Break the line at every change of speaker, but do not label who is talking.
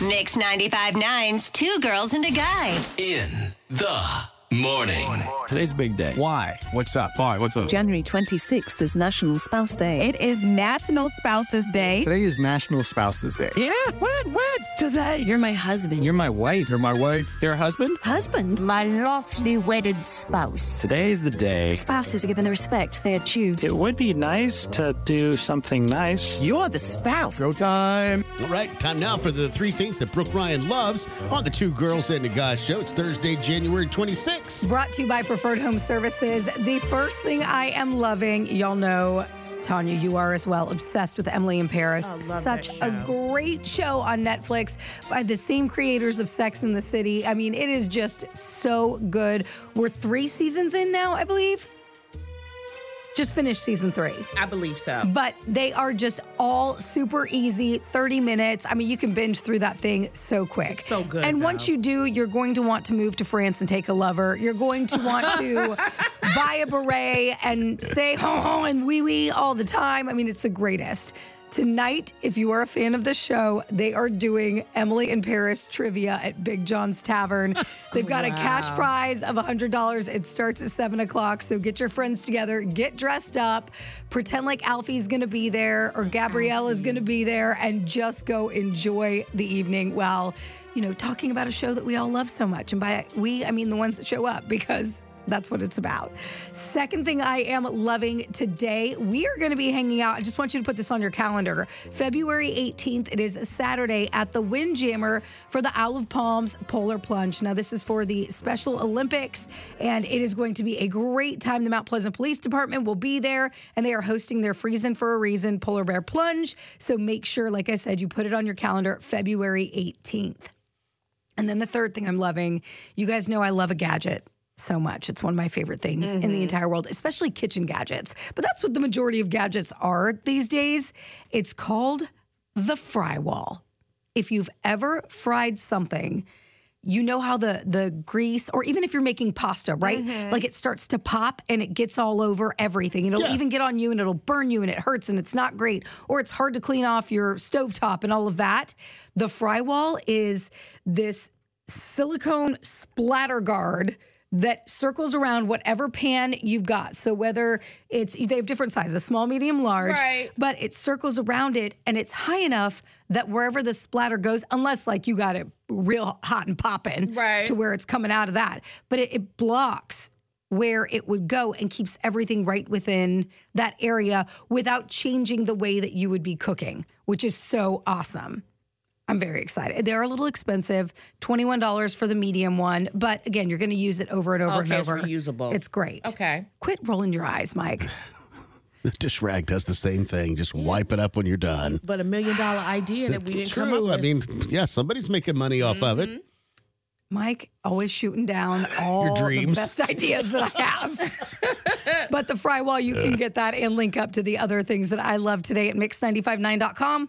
Mix 95.9's Two Girls and a Guy.
In the morning.
Today's a big day.
Why? What's up? Why? What's up?
January 26th is National Spouse Day.
It is National Spouses Day.
Today is National Spouses Day.
Yeah, what? What? Today.
You're my husband.
You're my wife. You're my wife.
Your husband?
husband?
my lawfully wedded spouse.
Today's the day.
Spouses are given the respect they are due.
It would be nice to do something nice.
You're the spouse.
Go time.
All right, time now for the three things that Brooke Ryan loves on the Two Girls and a Guy show. It's Thursday, January 26th.
Brought to you by Preferred Home Services. The first thing I am loving, y'all know, Tanya, you are as well, obsessed with Emily in Paris. Such a great show on Netflix by the same creators of Sex in the City. I mean, it is just so good. We're three seasons in now, I believe. Just finished season three.
I believe so.
But they are just all super easy, 30 minutes. I mean, you can binge through that thing so quick.
It's so good,
And
though.
once you do, you're going to want to move to France and take a lover. You're going to want to buy a beret and say ho ho and wee wee all the time. I mean, it's the greatest. Tonight, if you are a fan of the show, they are doing Emily in Paris trivia at Big John's Tavern. They've got a cash prize of $100. It starts at 7 o'clock. So get your friends together, get dressed up, pretend like Alfie's going to be there or Gabriella's going to be there, and just go enjoy the evening while, you know, talking about a show that we all love so much. And by we, I mean the ones that show up because that's what it's about. Second thing I am loving today, we are going to be hanging out. I just want you to put this on your calendar. February 18th, it is Saturday at the Windjammer for the Owl of Palms Polar Plunge. Now, this is for the Special Olympics, and it is going to be a great time. The Mount Pleasant Police Department will be there, and they are hosting their Freezing for a Reason Polar Bear Plunge. So make sure, like I said, you put it on your calendar February 18th. And then the third thing I'm loving, you guys know I love a gadget so much. It's one of my favorite things in the entire world, especially kitchen gadgets. But that's what the majority of gadgets are these days. It's called the fry wall. If you've ever fried something, you know how the the grease or even if you're making pasta, right? Like it starts to pop and it gets all over everything. It'll even get on you and it'll burn you and it hurts and it's not great or it's hard to clean off your stovetop and all of that. The fry wall is this silicone splatter guard that circles around whatever pan you've got. So whether it's they have different sizes, small, medium, large,
Right.
but it circles around it and it's high enough that wherever the splatter goes, unless like you got it real hot and popping
Right.
to where it's coming out of that, but it, it blocks where it would go and keeps everything right within that area without changing the way that you would be cooking, which is so awesome. I'm very excited. They're a little expensive, $21 for the medium one, but again, you're going to use it over and over
Okay,
and
it's
over.
reusable.
It's great.
Okay.
Quit rolling your eyes, Mike.
Dish Rag does the same thing. Just wipe it up when you're done.
But a million dollar idea that we didn't come up
True.
with. Mm-hmm.
I mean, yeah, somebody's making money off of it.
Mike always shooting down all
dreams.
the best ideas that I have. but the fry wall, you can get that and link up to the other things that I love today at mix959.com.